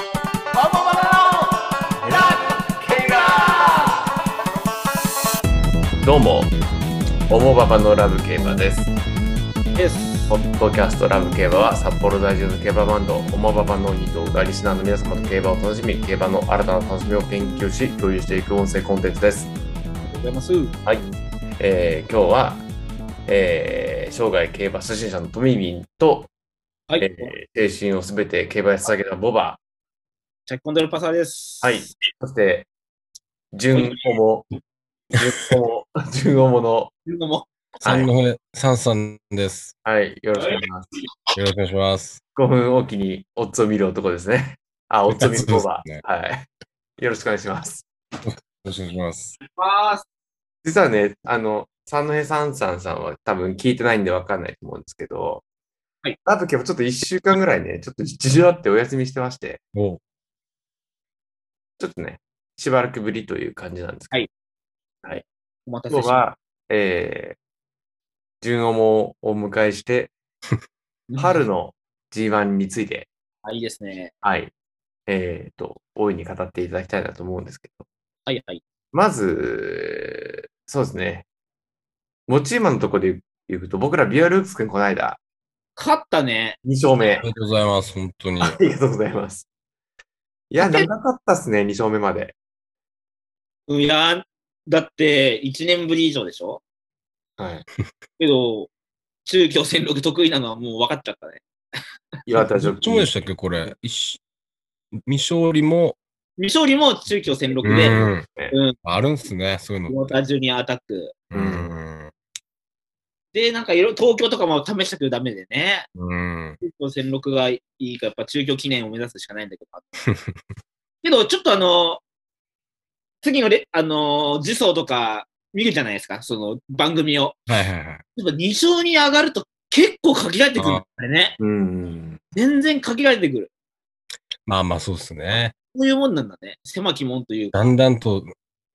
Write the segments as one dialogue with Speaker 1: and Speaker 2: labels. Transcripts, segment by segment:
Speaker 1: ンボマナのラッキーラーどうもオモババのラブ競馬ですポッドキャストラブ競馬は札幌在住の競馬バンドオモババの2頭がリスナーの皆様と競馬を楽しみ競馬の新たな楽しみを研究し共有していく音声コンテンツです
Speaker 2: ありがとうございます。
Speaker 1: はい、えー今日は、えー生涯競馬初心者のトミミンと、
Speaker 2: はい、
Speaker 1: えー精神をすべて競馬に捧げたボバ
Speaker 2: チャッキコンドルパサーです。
Speaker 1: はい。そして、順子も、順子も、 順子もの、
Speaker 2: というのも、
Speaker 1: は
Speaker 3: サン
Speaker 1: い、
Speaker 3: の骨、サンさんです。
Speaker 1: はい、よろしくお願いします。
Speaker 3: よろしくお願いします。
Speaker 1: 5分おきにオッズを見る男ですね。あ、オッズを見るボバ、
Speaker 3: そうですね
Speaker 1: はい。よろしくお願いします。
Speaker 3: よろしくお願いします。
Speaker 2: まあ、
Speaker 1: 実はね、あの、三戸さんさんさんは多分聞いてないんでわかんないと思うんですけど、
Speaker 2: はい。
Speaker 1: あと今日ちょっと1週間ぐらいね、ちょっと事情あってお休みしてまして、
Speaker 3: お
Speaker 1: ちょっとね、しばらくぶりという感じなんですけど、
Speaker 2: お待た
Speaker 1: 今
Speaker 2: せ
Speaker 1: 日
Speaker 2: しま
Speaker 1: は、えー、順をもお迎えして、
Speaker 2: した。
Speaker 1: 春の G1 について、
Speaker 2: あ。いいですね。
Speaker 1: はい、えっ、と、大いに語っていただきたいなと思うんですけど、
Speaker 2: はいはい。
Speaker 1: まず、そうですね、持ち今のところで言うと、僕らビアルークス君この間、
Speaker 2: 勝ったね。
Speaker 1: 2勝目、
Speaker 3: ありがとうございます。本当に。
Speaker 1: ありがとうございます。いや、長かったっすね、2勝目まで。
Speaker 2: いやー、だって、1年ぶり以上でしょ
Speaker 1: はい。
Speaker 2: けど、中京戦力得意なのはもう分かっちゃったね。
Speaker 1: 岩田ジョッ
Speaker 3: どっ
Speaker 1: キ
Speaker 3: ちもで
Speaker 1: ー。
Speaker 3: したっけこれ。一未勝利も、
Speaker 2: 未勝利も中京戦
Speaker 3: う
Speaker 2: 力で、
Speaker 3: ん。
Speaker 2: うん。
Speaker 3: あるんすね。そういう
Speaker 2: モ
Speaker 3: の
Speaker 2: ー
Speaker 3: っ
Speaker 2: ター
Speaker 3: て。
Speaker 2: ジュニアアタック。
Speaker 3: うん。
Speaker 2: で、なんかいろいろ、東京とかも試したけどダメでね。
Speaker 3: うん。
Speaker 2: 中京戦力がいいから、やっぱ中京記念を目指すしかないんだけど。 けど、ちょっとあの、次のレ、あの、次走とか見るじゃないですか、その番組を。
Speaker 3: はいはいはい。
Speaker 2: やっぱ2勝に上がると結構限られてくるんだよね。
Speaker 1: うん。
Speaker 2: 全然限られてくる。
Speaker 3: まあまあそうですね。
Speaker 2: こういうもんなんだね。狭き門というか。
Speaker 3: だんだんと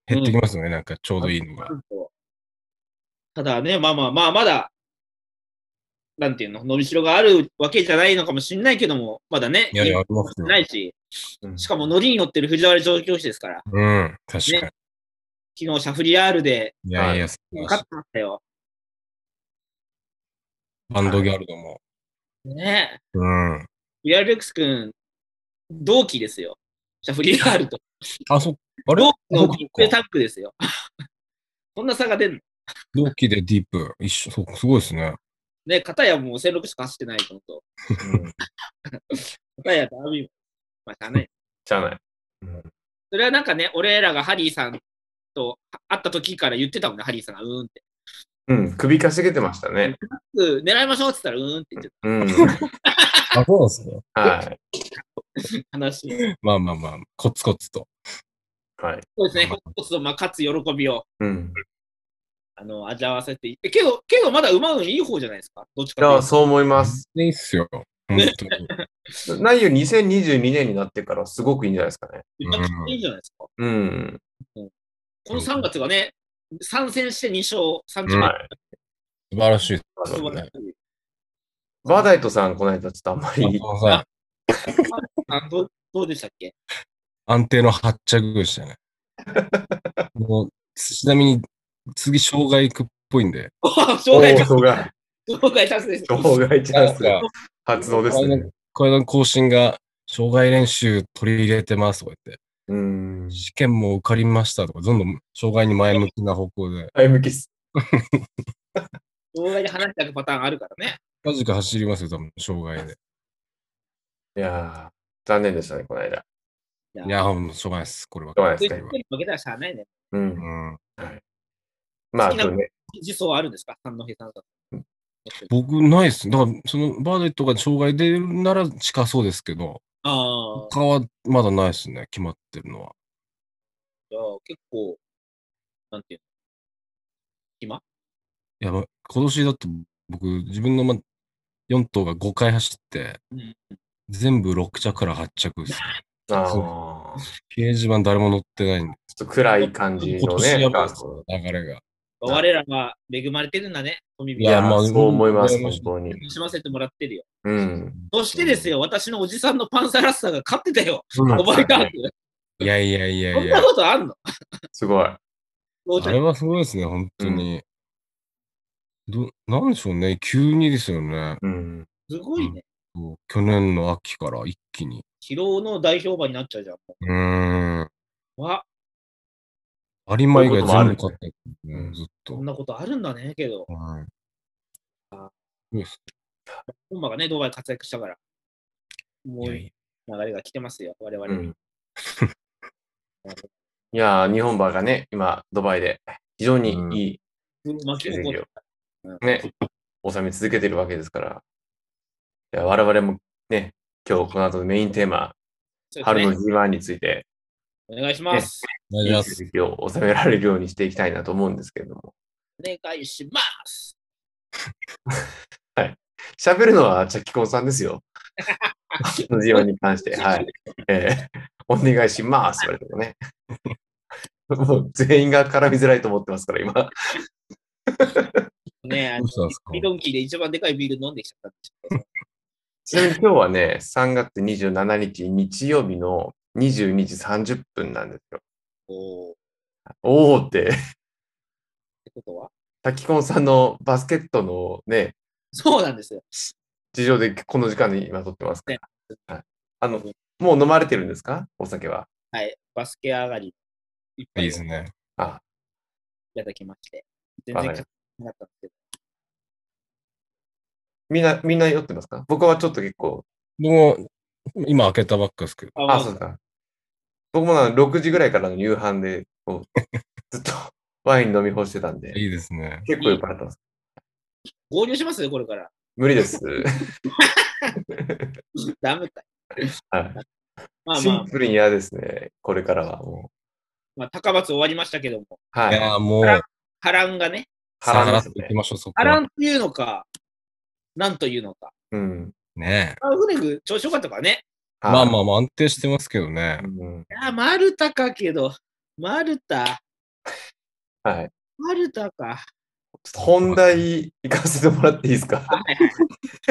Speaker 3: 減ってきますよね。なんかちょうどいいのが。
Speaker 2: ただね、まあまあまあ、まだ、なんていうの、伸びしろがあるわけじゃないのかもしれないけども、まだね、
Speaker 3: いやいや、ありますよ。
Speaker 2: ないし、
Speaker 1: うん
Speaker 2: しかも乗りに乗ってる藤原上京士ですから、
Speaker 3: うん。確か
Speaker 2: 昨日シャフリアールで
Speaker 3: に。いやいや、素晴ら
Speaker 2: 勝っ
Speaker 3: して
Speaker 2: ましたよ。
Speaker 3: いバンドギャルドも。
Speaker 2: ねえ。
Speaker 3: うん。
Speaker 2: フリアルルックス君、同期ですよ。シャフリヤールと。
Speaker 3: あ、そっあれ
Speaker 2: 同期のビッグ
Speaker 3: そ
Speaker 2: タ
Speaker 3: っか
Speaker 2: ッグですよ。 そんな差が出るの
Speaker 3: 同期でディープ。一緒。そうすごいですね。
Speaker 2: ね、片やもう戦力しか走ってないと思うと。
Speaker 1: うん
Speaker 2: 片やダービーも。まあ、しゃあない。
Speaker 1: しゃあない。
Speaker 2: それはなんかね、俺らがハリーさんと会った時から言ってたもんね、ハリーさんがうーんって。
Speaker 1: うん、首かしげてましたね。
Speaker 2: うん狙いましょうって言ったらうーんって言って
Speaker 1: うん。
Speaker 3: あ、そうなんですね。
Speaker 1: はい。
Speaker 2: た話。そ
Speaker 3: まあまあまあ、コツコツと。
Speaker 1: はい。
Speaker 2: うですね、ここそ、まあ、勝つ喜びを。
Speaker 1: うん。
Speaker 2: あの、味わわせていえけど、けどまだ馬運いい方じゃないですか。どっち
Speaker 1: い
Speaker 2: かとい
Speaker 1: や、
Speaker 2: うと。
Speaker 1: そう思います。
Speaker 3: いいっすよ。本当に。
Speaker 1: 内容2022年になってからすごくいいんじゃないですかね。
Speaker 2: めちゃくちゃいいじゃないですか。
Speaker 1: うん。
Speaker 2: この3月がね、参戦して2勝、3勝。
Speaker 3: うん
Speaker 1: はい
Speaker 3: 素晴らしい。
Speaker 1: あ
Speaker 2: 素
Speaker 1: の
Speaker 2: 晴らしい
Speaker 1: バーダイトさん、この間ちょっとあんまり、
Speaker 3: はい
Speaker 2: あどうどうでしたっけ
Speaker 3: 安定の発着でしたね。もうちなみに、次、障害区っぽいんで。
Speaker 2: おー
Speaker 1: お
Speaker 2: 障害
Speaker 1: ー
Speaker 2: 達
Speaker 1: 障害、
Speaker 2: 成、障害達成です。
Speaker 1: 障害チャンス
Speaker 3: なんか
Speaker 1: 発動ですね。
Speaker 3: これの更新が、障害練習取り入れてますとか言っ
Speaker 1: うん
Speaker 3: て、。試験も受かりましたとか、どんどん障害に前向きな方向で、
Speaker 1: 前向きっす。
Speaker 2: 障害で話していくパターンあるからね。
Speaker 3: マジか走りますよ、多分、障害で。
Speaker 1: いやー、残念でしたね、この間。
Speaker 3: いや、もう、しょうがないです、これは。
Speaker 1: しょうがない
Speaker 2: そう
Speaker 1: で
Speaker 2: い
Speaker 1: す
Speaker 2: う
Speaker 1: ね
Speaker 2: 人。に負けたらしゃあないね。
Speaker 1: うん。
Speaker 3: うん、
Speaker 1: まあ、
Speaker 2: 好きな
Speaker 1: あとね、
Speaker 2: 自走はあるんですか三戸さんと。
Speaker 3: 僕、ないっす。だから、その、バーデットが障害出るなら近そうですけど、
Speaker 2: ああ、
Speaker 3: 他はまだないっすね、決まってるのは。
Speaker 2: じゃあ結構、なんていう
Speaker 3: いや、まあ今年だと僕、自分の、ま、4頭が5回走って、
Speaker 2: の。うん、
Speaker 3: 全部6着から8着ですね。
Speaker 1: あーち
Speaker 3: そう
Speaker 1: ょ
Speaker 3: 掲示板誰も乗ってないんで、
Speaker 1: っと暗い感じ
Speaker 3: 今
Speaker 1: の
Speaker 3: 年
Speaker 1: ね
Speaker 3: や、ばいっ
Speaker 1: あ
Speaker 3: す
Speaker 1: の
Speaker 3: 流れが。
Speaker 2: 我らは恵まれてるんだね、お耳
Speaker 3: いや
Speaker 2: 楽
Speaker 3: まあ
Speaker 1: そう思います、
Speaker 3: うん
Speaker 1: 本当に。
Speaker 2: しませてもらってるよ。
Speaker 1: うん。
Speaker 2: そしてですよ、私のおじさんのパンサーラッサーが勝ってたよ、
Speaker 3: そうなん
Speaker 2: お
Speaker 3: です
Speaker 2: ばあカ
Speaker 3: よ
Speaker 2: ー
Speaker 3: いやいやいや
Speaker 2: そ
Speaker 3: い
Speaker 2: ん
Speaker 3: や
Speaker 2: な。ことあんの
Speaker 1: すごい。
Speaker 2: もうち
Speaker 3: あ
Speaker 2: ょ
Speaker 3: れ
Speaker 2: い
Speaker 3: はすごいですね、本当に。ど、なんでしょうね、急にですよね。
Speaker 1: うん。
Speaker 2: すごいね。
Speaker 3: こう去年の秋から一気に。
Speaker 2: 疲労の代表馬になっちゃうじゃん。も
Speaker 3: うーん。
Speaker 2: うわ、
Speaker 3: 有馬以外
Speaker 1: そういうこともある
Speaker 3: 全部勝ってる、
Speaker 1: うん
Speaker 3: ずっ
Speaker 2: そ
Speaker 3: と
Speaker 2: ん。なことあるんだね、けど。
Speaker 3: はい。
Speaker 2: 本馬がね、ドバイ活躍したから。もう
Speaker 3: いや
Speaker 2: 流
Speaker 3: い
Speaker 2: れが来てますよ、我々
Speaker 1: う
Speaker 2: に。
Speaker 1: ん、いやー、日本馬がね、今、ドバイで非常にいい
Speaker 2: 巻
Speaker 1: 成
Speaker 2: き起こ
Speaker 1: 績
Speaker 2: っ
Speaker 1: を
Speaker 2: うん
Speaker 1: ね、収め続けてるわけですから。いや我々もね、今日この後のメインテーマ、
Speaker 2: そうですね
Speaker 1: 春の G1 について、
Speaker 2: お願いします。
Speaker 3: お
Speaker 1: い
Speaker 3: 願いし
Speaker 1: い
Speaker 3: ます。
Speaker 1: 成績を収められるようにしていきたいなと思うんですけれども。
Speaker 2: お願いします。
Speaker 1: 喋るのはチャッキコンさんですよ。の事業に関 して。はい。ええお願いします。言われてもね。もう全員が絡みづらいと思ってますから、今。
Speaker 2: ねあ
Speaker 3: ど
Speaker 2: の
Speaker 3: うしたんですか
Speaker 2: ビドンキーで一番でかいビール飲んできちゃったんで
Speaker 1: ちなみに今日はね、3月27日日曜日の22時30分なんですよ。
Speaker 2: おーっ
Speaker 1: おおって、
Speaker 2: てことは
Speaker 1: チャッキコンさんのバスケットのね、
Speaker 2: そうなんですよ。
Speaker 1: 事情でこの時間に今撮ってますから。はい、あの、もう飲まれてるんですかお酒は。
Speaker 2: はい。バスケ上がり、一
Speaker 3: いい
Speaker 2: 杯
Speaker 3: で
Speaker 2: い
Speaker 3: すね。
Speaker 1: あ、
Speaker 2: ただきまして。全
Speaker 1: わ
Speaker 2: 然
Speaker 1: か
Speaker 2: 勝
Speaker 1: り
Speaker 2: てなかったんですけど。
Speaker 1: みんな、みんな酔ってますか僕はちょっと結構
Speaker 3: でも、今開けたばっかですけど。
Speaker 1: あ、そうですか。僕もな6時ぐらいからの夕飯で、こ うずっとワイン飲み干してたんで、
Speaker 3: いいですね。
Speaker 1: 結構酔っ払ってます。
Speaker 2: 合流しますよ、これから。
Speaker 1: 無理 です。
Speaker 2: ダメか。
Speaker 1: は
Speaker 2: ま
Speaker 1: い、
Speaker 2: あ
Speaker 1: シ
Speaker 2: まあ
Speaker 1: ン、プルに嫌ですね、これからはも
Speaker 2: まあ、高松終わりましたけども、
Speaker 1: う。
Speaker 3: い
Speaker 1: はい。
Speaker 3: やーもう、
Speaker 2: 波乱がね、
Speaker 3: さ
Speaker 1: 腹
Speaker 3: ら
Speaker 1: で
Speaker 3: っ
Speaker 1: す
Speaker 3: と行き
Speaker 1: ね。
Speaker 3: ましょう、そこ
Speaker 2: 波
Speaker 3: は
Speaker 2: 乱。っていうのか、なんというのか。
Speaker 1: うん。
Speaker 3: ねえ。
Speaker 2: アフレグ、調子よかったからね。
Speaker 3: まあま
Speaker 1: あ。
Speaker 3: あまあ安定してますけどね
Speaker 1: う。ん
Speaker 2: いやー、マルタかけど、マルタ、
Speaker 1: はい。
Speaker 2: マルタか。
Speaker 1: ちょっと本題行かせてもらっていいですか
Speaker 2: はい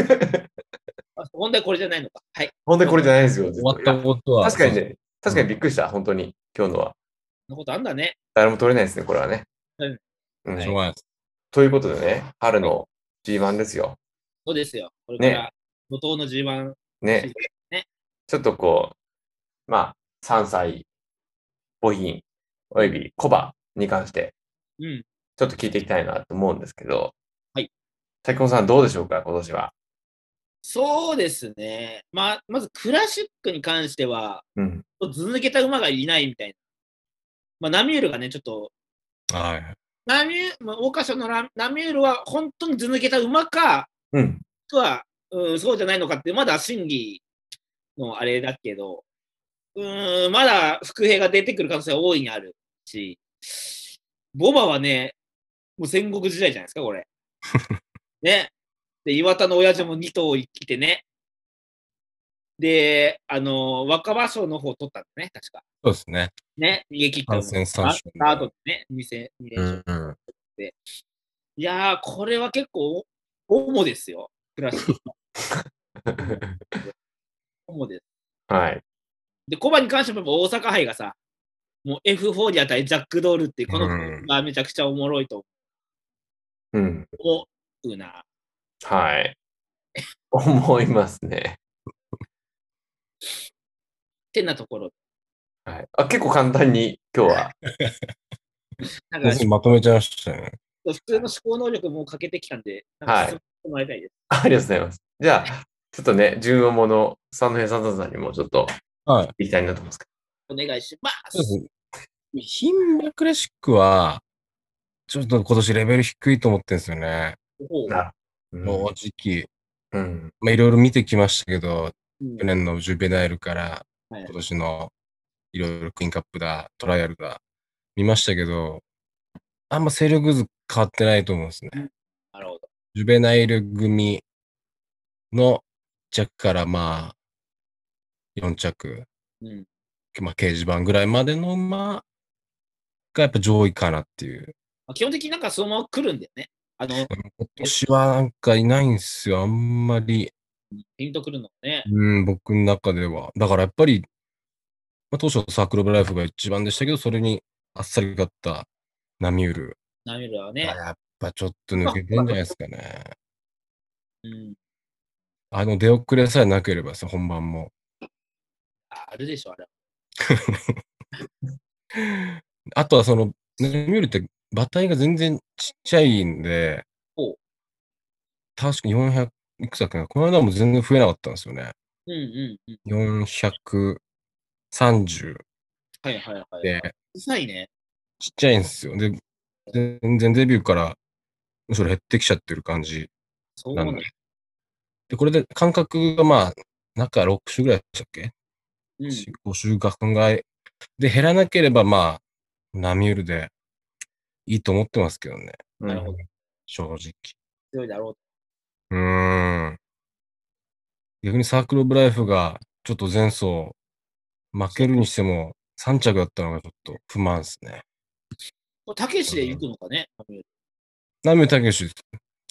Speaker 2: はい。 あ本題これじゃないのか。はい。
Speaker 1: 本題これじゃないですよ。
Speaker 3: 終わったことは。
Speaker 1: 確かにね、確かにびっくりした、本当に、今日のは。
Speaker 2: そんなことあんだね。
Speaker 1: 誰も取れないですね、これはね。
Speaker 2: うん
Speaker 1: うん
Speaker 3: しょうがないです。
Speaker 1: ということでね、春の G1 ですよ。
Speaker 2: そうですよ。これから
Speaker 1: ね、
Speaker 2: 怒涛の G1、
Speaker 1: ね、ちょっとこう、まあ、3歳、母品、およびコバに関して、
Speaker 2: うん。
Speaker 1: ちょっと聞いていきたいなと思うんですけど、
Speaker 2: はい。
Speaker 1: 滝本さん、どうでしょうか、今年は。
Speaker 2: そうですね。まあ、まずクラシックに関しては、
Speaker 1: うん。
Speaker 2: ず抜けた馬がいないみたいな。まあ、ナミュールがね、ちょっと、
Speaker 3: はい。
Speaker 2: ナミュール、まあ、桜花賞のラナミュールは本当にず抜けた馬か、
Speaker 1: うん。
Speaker 2: とは、うん、そうじゃないのかって、まだ審議のあれだけど、うん、まだ伏兵が出てくる可能性は大いにあるし、ボバはね、もう戦国時代じゃないですか、これ。ね。で、岩田の親父も2頭生きてね。で、あの、若葉賞の方取ったんだね、確か。
Speaker 3: そうですね。
Speaker 2: ね、逃げ切った
Speaker 3: 感染三
Speaker 2: あ
Speaker 3: 種。
Speaker 2: あとね、2戦、2連
Speaker 3: う
Speaker 2: 勝。
Speaker 3: んうん。
Speaker 2: いやー、これは結構、主ですよ。クラシック主です。
Speaker 1: はい。
Speaker 2: で、コバに関してもやっぱ大阪杯がさ、もう F4 にあたりジャックドールっていうこの
Speaker 3: うん
Speaker 2: がめちゃくちゃおもろいと
Speaker 1: うん。
Speaker 2: 思うな。
Speaker 1: はい。思いますね。
Speaker 2: てなところ。
Speaker 1: はい。あ、結構簡単に、今日は。
Speaker 2: なんか、
Speaker 3: 別にまとめちゃいましたね。
Speaker 2: 普通の思考能力も欠けてきたんで、なん
Speaker 1: はい
Speaker 2: か進めてもらいたいです。
Speaker 1: ありがとうございます。じゃあ、ちょっとね、順をもの、三の辺三三さんにもちょっと、
Speaker 3: はい。
Speaker 1: いきたいなと思うんですけ
Speaker 2: お願いしま
Speaker 3: そうです
Speaker 2: す。
Speaker 3: ね。ヒンバクラシックは、ちょっと今年レベル低いと思ってるんですよね。
Speaker 2: おう
Speaker 1: など。
Speaker 3: 正直。
Speaker 1: うん。
Speaker 3: まあいろいろ見てきましたけど、
Speaker 2: うん
Speaker 3: 去年のジュベナイルから、
Speaker 2: はい
Speaker 3: 今年のいろいろクイーンカップだ、トライアルだ、見ましたけど、あんま勢力図変わってないと思うんですね。
Speaker 2: なるほど。
Speaker 3: ジュベナイル組の1着からまあ、4着、
Speaker 2: うん。
Speaker 3: まあ、掲示板ぐらいまでの馬がやっぱ上位かなっていう
Speaker 2: まあ基本的になんかそのまま来るんだよね。あの、
Speaker 3: 今年はなんかいないんですよ、あんまり。
Speaker 2: ピンとくるのがね。
Speaker 3: うん、僕の中では。だからやっぱり、まあ、当初サークルオブライフが一番でしたけど、それにあっさり勝ったナミュール
Speaker 2: ナミュールは
Speaker 3: が
Speaker 2: ね。
Speaker 3: やっぱちょっと抜けてんじゃないですかね。
Speaker 2: うん。
Speaker 3: あの出遅れさえなければですよ本番も。
Speaker 2: ああるでしょ、あれ。
Speaker 3: あとはその、ナミュールって馬体が全然ちっちゃいんで
Speaker 2: ほう、
Speaker 3: 確か400いくつだっけな、この間も全然増えなかったんですよね。
Speaker 2: うんうんうん。
Speaker 3: 430
Speaker 2: はいはいはい。
Speaker 3: で、
Speaker 2: 小さいね。
Speaker 3: ちっちゃいんですよ。で、全然デビューからむしろ減ってきちゃってる感じ。
Speaker 2: そう
Speaker 3: な
Speaker 2: なんん
Speaker 3: だ
Speaker 2: だ。
Speaker 3: で、これで間隔がまあ、中6週ぐらいでしたっけ、
Speaker 2: うん。
Speaker 3: ?4、5週間ぐらい。で、減らなければまあ、波打るでいいと思ってますけどね。
Speaker 2: なるほど。
Speaker 3: 正直。
Speaker 2: 強いだろう。
Speaker 3: うーん。逆にサークルオブライフがちょっと前走負けるにしても3着だったのがちょっと不満ですね。
Speaker 2: これたけしで行くのかね。ナミュール
Speaker 3: ナミュータケシです。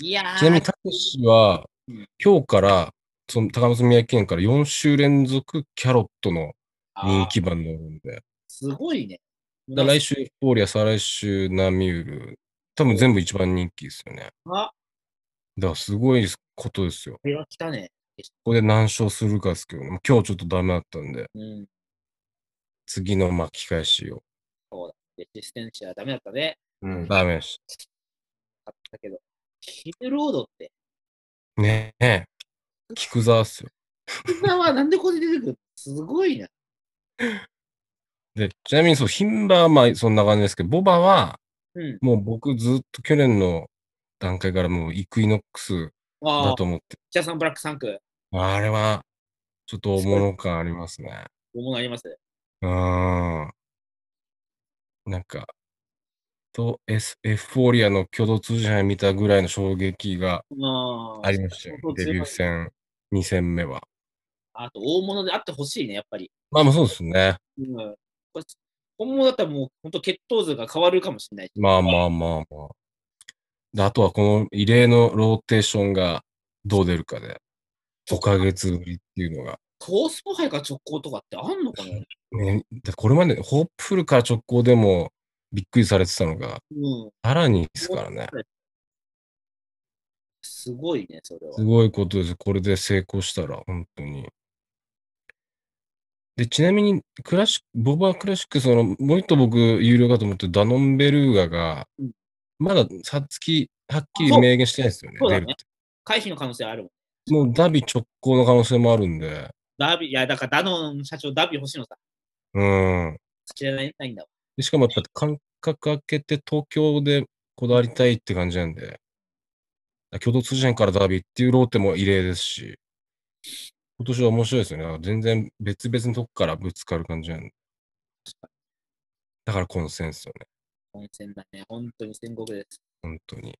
Speaker 2: いやー。
Speaker 3: ちなみに、たけしは
Speaker 2: うん、
Speaker 3: 今日から、その高松宮記念から4週連続キャロットの
Speaker 2: あー
Speaker 3: 人気馬に乗るんで、
Speaker 2: すごいね。
Speaker 3: だ来週、フォーリア、再来週、ナミュール、多分全部一番人気ですよね。
Speaker 2: あ、
Speaker 3: だからすごいことですよ。
Speaker 2: これは来たね。
Speaker 3: ここで何勝するかですけど、もう今日ちょっとダメだったんで、
Speaker 2: うん。
Speaker 3: 次の巻き返しを。
Speaker 2: レジステンシアダメだったね。
Speaker 1: うん。
Speaker 3: ダメでし
Speaker 2: あったけど。キルロードって。
Speaker 3: た。ねえ。菊沢っすよ。
Speaker 2: みんなはなんでここで出てくるのすごいな。
Speaker 3: で、ちなみにそう、牝馬はまあそんな感じですけど、ボバは、
Speaker 2: うん。
Speaker 3: もう僕ずっと去年の段階からもうイクイノックス
Speaker 2: あ
Speaker 3: だ
Speaker 2: あ
Speaker 3: と、思って、
Speaker 2: キャサンブラック3区。
Speaker 3: あれはちょっと大物感ありますね。
Speaker 2: 重なります。
Speaker 3: うーん。なんか、と、S、エフフォーリアの共同通信杯見たぐらいの衝撃が
Speaker 2: あ
Speaker 3: ありましたよ
Speaker 2: 相当強
Speaker 3: デ
Speaker 2: い
Speaker 3: ビュー戦、2戦目は。
Speaker 2: あと、大物であってほしいね、やっぱり。
Speaker 3: まあまあそうですね。
Speaker 2: うん。これ本物だったらもう、本当血統図が変わるかもしれないし。
Speaker 3: まあまあまあまあ。であとはこの異例のローテーションがどう出るかで、5ヶ月ぶりっていうのが。
Speaker 2: コースポ杯か直行とかってあんのかな
Speaker 3: ね、でこれまでホープフルから直行でもびっくりされてたのが、
Speaker 2: うん。
Speaker 3: さらにですからね。
Speaker 2: すごいね、それは
Speaker 3: す。ごいことです。これで成功したら、本当に。で、ちなみに、クラシック、ボバークラシック、その、もう一個僕、有料かと思ってるダノンベルーガが
Speaker 2: うん、
Speaker 3: まだ、さつき、はっき
Speaker 2: あ
Speaker 3: り
Speaker 2: そう
Speaker 3: 明言してないですよね。
Speaker 2: そうだ
Speaker 3: 出
Speaker 2: ね
Speaker 3: るっ
Speaker 2: 回避の可能性あるもん。
Speaker 3: てもう、ダビ直行の可能性もあるんで、
Speaker 2: ダービー、いや、だからダノン社長、ダービー欲しいのさ、
Speaker 3: うん。
Speaker 2: 知らないないんだわ。
Speaker 3: でしかも、やっぱ、間隔空けて、東京でこだわりたいって感じなんで、共同通信からダービーっていうローテも異例ですし、今年は面白いですよね。だから全然別々のとこからぶつかる感じなんで。だから混戦ですよね、
Speaker 2: 温泉だね。本当に戦国です。
Speaker 3: 本当に。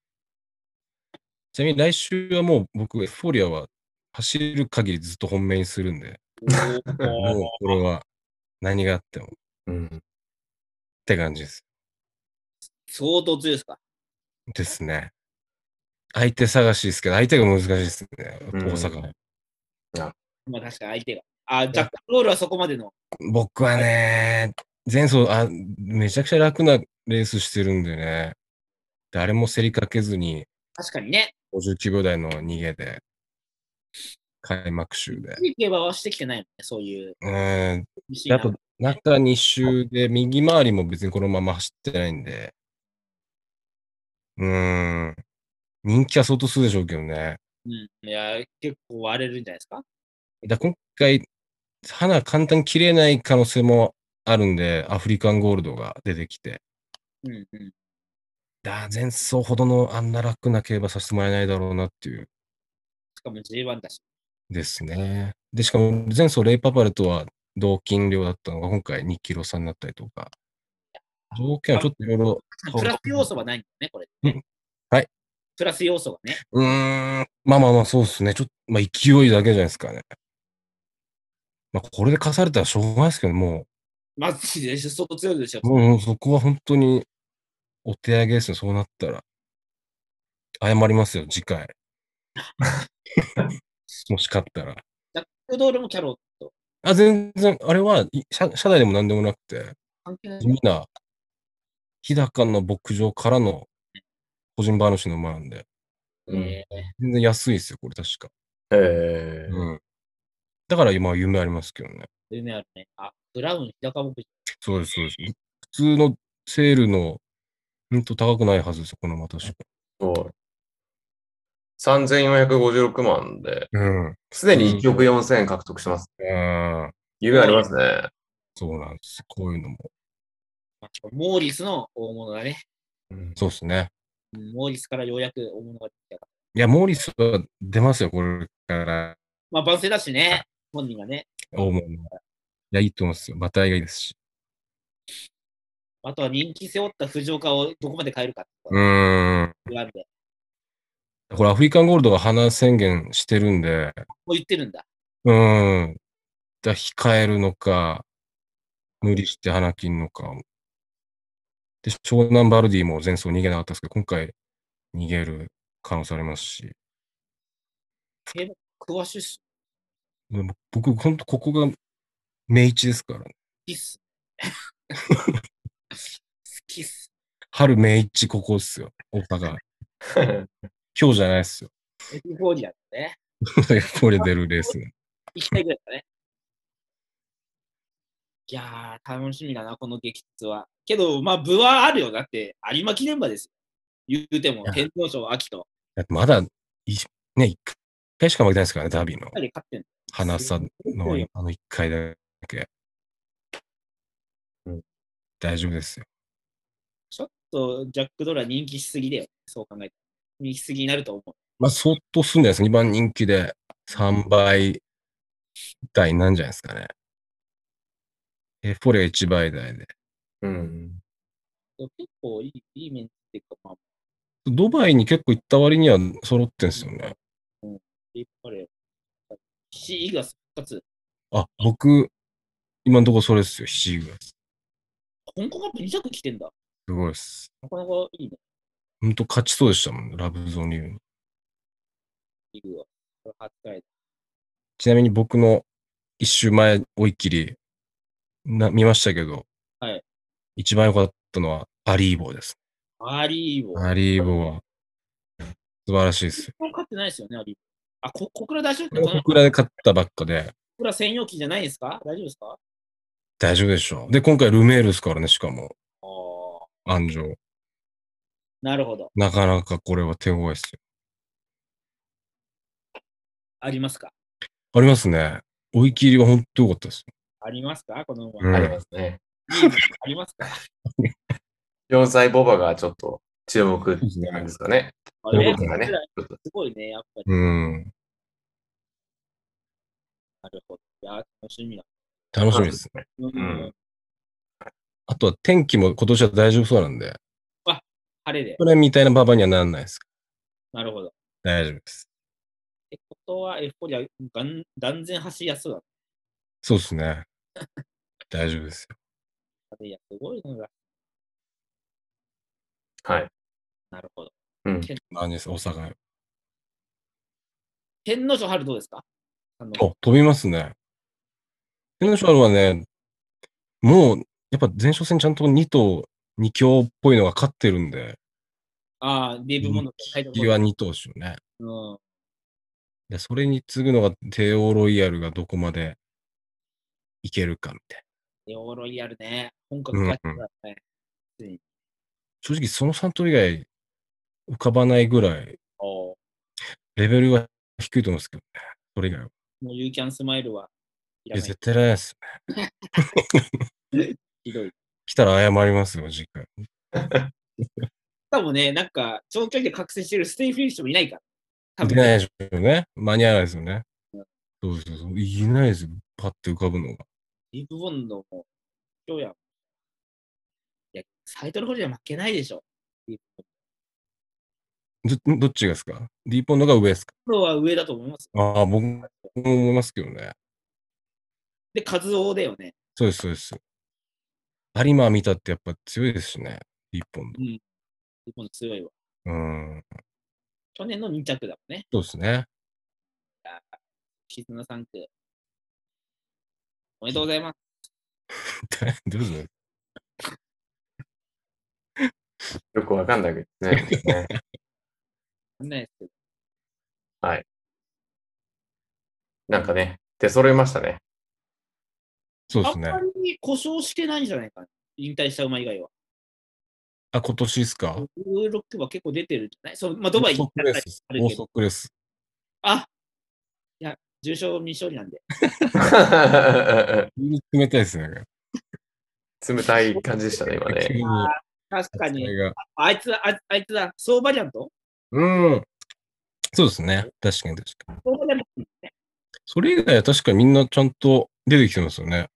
Speaker 3: ちなみに来週はもう僕、エフフォーリアは走る限りずっと本命にするんで、もうこれは何があってもっ
Speaker 1: うん。
Speaker 3: て感じです。
Speaker 2: 相当強いですか。
Speaker 3: ですね。相手探しですけど、相手が難しいですね、大
Speaker 1: うん
Speaker 3: 阪。
Speaker 2: まあ確かに相手が。あ、ジャック・ロールはそこまでの。
Speaker 3: 僕はね、前走あ、めちゃくちゃ楽なレースしてるんでね、誰も競りかけずに、
Speaker 2: 確かにね。
Speaker 3: 59秒台の逃げで、開幕週で。
Speaker 2: いい競馬はしてきてないもんね、そういう。
Speaker 3: うん、
Speaker 2: 厳しい
Speaker 3: で
Speaker 2: な
Speaker 3: あと、中2周で、右回りも別にこのまま走ってないんで、うーん、人気は相当するでしょうけどね。
Speaker 2: うん、いや、結構割れるんじゃないですか。
Speaker 3: だ今回、花簡単に切れない可能性もあるんで、アフリカンゴールドが出てきて、
Speaker 2: うんうん。
Speaker 3: だ前走ほどのあんな楽な競馬させてもらえないだろうなっていう、
Speaker 2: しかも G1 だし。
Speaker 3: ですね。で、しかも前走レイパパルとは同金量だったのが、今回2キロ差になったりとか、条件はちょっといろいろそう
Speaker 2: プラス要素はないんだね、これ、
Speaker 3: うんはい。
Speaker 2: プラス要素がね。
Speaker 3: うーん、まあまあまあ、そうですね。ちょっと、まあ、勢いだけじゃないですかね。まあ、これで勝されたらしょうがないですけど、も
Speaker 2: まず、相当強いでしょ。
Speaker 3: う、もうもうそこは本当に、お手上げですよ、そうなったら。謝りますよ、次 回。もし勝ったら。
Speaker 2: クドールもキャロット。
Speaker 3: あ、全然、あれは、い社社内でも何でもなくて、
Speaker 2: 関係ない
Speaker 3: 地味な、日高の牧場からの個人馬主の馬なんで、
Speaker 1: うん
Speaker 2: えー
Speaker 3: 全然安いですよ、これ確か。
Speaker 1: えー
Speaker 3: うん。だから今、夢ありますけどね。
Speaker 2: 夢あるね。あ、ブラウン、日高牧場。
Speaker 3: そうです、そうです。普通のセールの、うんと高くないはずですよ、この馬確か。
Speaker 1: すごい。3456万で、
Speaker 3: うん。う
Speaker 1: すでに1億4000円獲得してます。
Speaker 3: ん。
Speaker 1: 夢ありますね。
Speaker 3: そうなんです。こういうのも。
Speaker 2: モーリスの大物だね。
Speaker 1: うん
Speaker 3: そうですね。
Speaker 2: うんモーリスからようやく大物が出てきたから。
Speaker 3: いや、モーリスは出ますよ、これから。
Speaker 2: まあ、万世だしね。本人がね。
Speaker 3: 大物いや、いいと思いますよ。馬体がいいですし。
Speaker 2: あとは人気背負った藤岡をどこまで変えるかって
Speaker 3: うーん。
Speaker 2: 選んで。
Speaker 3: これ、アフリカンゴールドが花宣言してるんで、
Speaker 2: もう言ってるんだ。
Speaker 3: うーん。だ控えるのか、無理して花切るのか。で、湘南バルディも前走逃げなかったですけど、今回逃げる可能性ありますし。
Speaker 2: 詳しいし、
Speaker 3: でも僕、ほんとここが明治ですから、
Speaker 2: 好
Speaker 3: ね。
Speaker 2: きっ す。好きっす。
Speaker 3: 春明治ここっすよ。大阪。今日じゃないっすよ。
Speaker 2: エピフォーリアだね。
Speaker 3: これ出るレース。
Speaker 2: 行きたいぐらいだね。いやー、楽しみだな、この激突は。けど、まあ、部はあるよ。だって、有馬記念馬ですよ。言うても
Speaker 3: い、や
Speaker 2: 天皇賞、秋と、
Speaker 3: だってまだい、ね、一回しか負けてないですからね、ダービーの
Speaker 2: やっ。ぱり勝ってんの。
Speaker 3: 花さのあの一回だけ。
Speaker 1: うん
Speaker 3: 大丈夫ですよ。
Speaker 2: ちょっと、ジャック・ドラ人気しすぎだよ。そう考えて。人気しすぎになると思う。
Speaker 3: まあ、相当するんじゃないですか。2番人気で3倍台なんじゃないですかね。エフフォレ1倍台で。
Speaker 1: うん。
Speaker 2: 結構いい、いい面っていうか、まあ、
Speaker 3: ドバイに結構行った割には揃ってんすよね。
Speaker 2: やっぱり、シーが2つ、
Speaker 3: あ、僕、今のところそれですよ。7ぐらいです。
Speaker 2: 香港カップ2着来てんだ。
Speaker 3: すごいです。
Speaker 2: なかなかいいね、
Speaker 3: ほんと勝ちそうでしたもん、ね、ラブゾーンリーグに。
Speaker 2: リーグは。これ初回
Speaker 3: ちなみに僕の一周前追い切りな見ましたけど、
Speaker 2: はい
Speaker 3: 一番良かったのはアリーボです。
Speaker 2: アリーボ。
Speaker 3: アリーボは素晴らしいですよ。
Speaker 2: もう勝ってないですよね、アリーボ。あ、こ小倉大丈夫
Speaker 3: これ小倉で勝ったばっかで
Speaker 2: 小倉専用機じゃないですか大丈夫ですかあ
Speaker 3: 大丈夫でしょう。で、今回ルメールですからね、しかも、
Speaker 2: あ。
Speaker 3: 安城。
Speaker 2: なるほど。
Speaker 3: なかなかこれは手強いですよ。
Speaker 2: ありますか
Speaker 3: ありますね。追い切りは本当良かったです。
Speaker 2: ありますかこの馬。
Speaker 3: うん
Speaker 2: あ
Speaker 1: ありますね。
Speaker 2: りますか
Speaker 1: 4歳ボバがちょっと注目なんですかね。
Speaker 2: あ
Speaker 3: そう
Speaker 1: とい
Speaker 3: で
Speaker 2: れ
Speaker 1: う
Speaker 3: す
Speaker 1: ことがね。
Speaker 2: すごいね、やっぱり。
Speaker 3: うん。
Speaker 2: なるほど。いや、楽しみだ。
Speaker 3: 楽しみです。
Speaker 1: ね。
Speaker 2: うん
Speaker 1: ん
Speaker 3: あとは天気も今年は大丈夫そうなんで、
Speaker 2: 晴れで。
Speaker 3: これみたいな馬場にはならないです。
Speaker 2: なるほど。っ
Speaker 3: 大丈夫です。
Speaker 2: てことは、エフフォリア、がん断然走りやすそうだ。
Speaker 3: そうで すね。大丈夫ですよ。
Speaker 2: いや、すごいのが。
Speaker 1: はい。
Speaker 2: なるほど。
Speaker 1: うん。
Speaker 3: 何です大阪へ。
Speaker 2: 天皇賞春どうですかあの
Speaker 3: お、飛びますね。天皇賞はね、もう、やっぱ前哨戦ちゃんと2頭、2強っぽいのが勝ってるんで、
Speaker 2: ああ、デーブ・モンドのタイト
Speaker 3: 次
Speaker 2: ル
Speaker 3: は
Speaker 2: ホル
Speaker 3: 2頭ですよね。
Speaker 2: ダー。
Speaker 3: で、それに次ぐのが帝王ロイヤルがどこまでいけるかみたいな。
Speaker 2: ネオロイヤルね。本格化してたね。
Speaker 3: 正直その3頭以外浮かばないぐらい、
Speaker 2: おー
Speaker 3: レベルは低いと思うんですけどね。それ以外は。
Speaker 2: もう、ユーキャンスマイルはい
Speaker 3: い
Speaker 2: ら
Speaker 3: や、
Speaker 2: ない
Speaker 3: 絶。対ないですね。
Speaker 2: ひどい。
Speaker 3: 来たら謝りますよ、次回。
Speaker 2: 多分ね、なんか、長距離で覚醒してるステイフィニッシュもいないから。多
Speaker 3: 出
Speaker 2: 分
Speaker 3: ない
Speaker 2: ね
Speaker 3: でしょうね。間に合わないですよね
Speaker 2: うん。
Speaker 3: そうそうそう。いないですよ。パッて浮かぶのが。
Speaker 2: リブボンドも、今日や。いや、サイトルホルダー負けないでしょ。
Speaker 3: どどっちがですか ?D ポンドが上ですか
Speaker 2: 今日は上だと思います。
Speaker 3: ああ、僕も思いますけどね。
Speaker 2: で、カズオだよね。
Speaker 3: そうです、そうです。有馬見たってやっぱ強いですしね。D ポンド。
Speaker 2: うん。日本強いわ。
Speaker 3: うん。
Speaker 2: 去年の2着だもんね。
Speaker 3: そうですね。
Speaker 2: 絆3区。おめでとうございます。
Speaker 3: どうぞ。
Speaker 1: よくわかんないけど ね。
Speaker 2: わかんないですけど
Speaker 1: なんかね、出揃いました ね。
Speaker 3: そうで
Speaker 2: あ
Speaker 3: す
Speaker 2: ん
Speaker 3: ね。
Speaker 2: まり故障してないんじゃないかな。引退した馬以外は。
Speaker 3: あ、今年ですか
Speaker 2: 16は結構出てるんじゃないそう、まあ、ドバイ行
Speaker 3: 高
Speaker 2: った
Speaker 3: 速レ
Speaker 2: ら
Speaker 3: ース
Speaker 2: あ。る
Speaker 3: 高
Speaker 2: けど。
Speaker 3: 速レース。
Speaker 2: あいや、重症未勝利なんで。
Speaker 3: 急に冷たいですね。
Speaker 1: 冷たい感じでしたね、今
Speaker 3: 急
Speaker 1: ね。
Speaker 3: に
Speaker 2: 確かに
Speaker 3: そ。れが
Speaker 2: あいつだ、あいあいつだ、ソーバリアント
Speaker 3: うん。そうですね。確かに確かに。
Speaker 2: ソーバリアント
Speaker 3: それ以外は確かにみんなちゃんと出てきてますよね。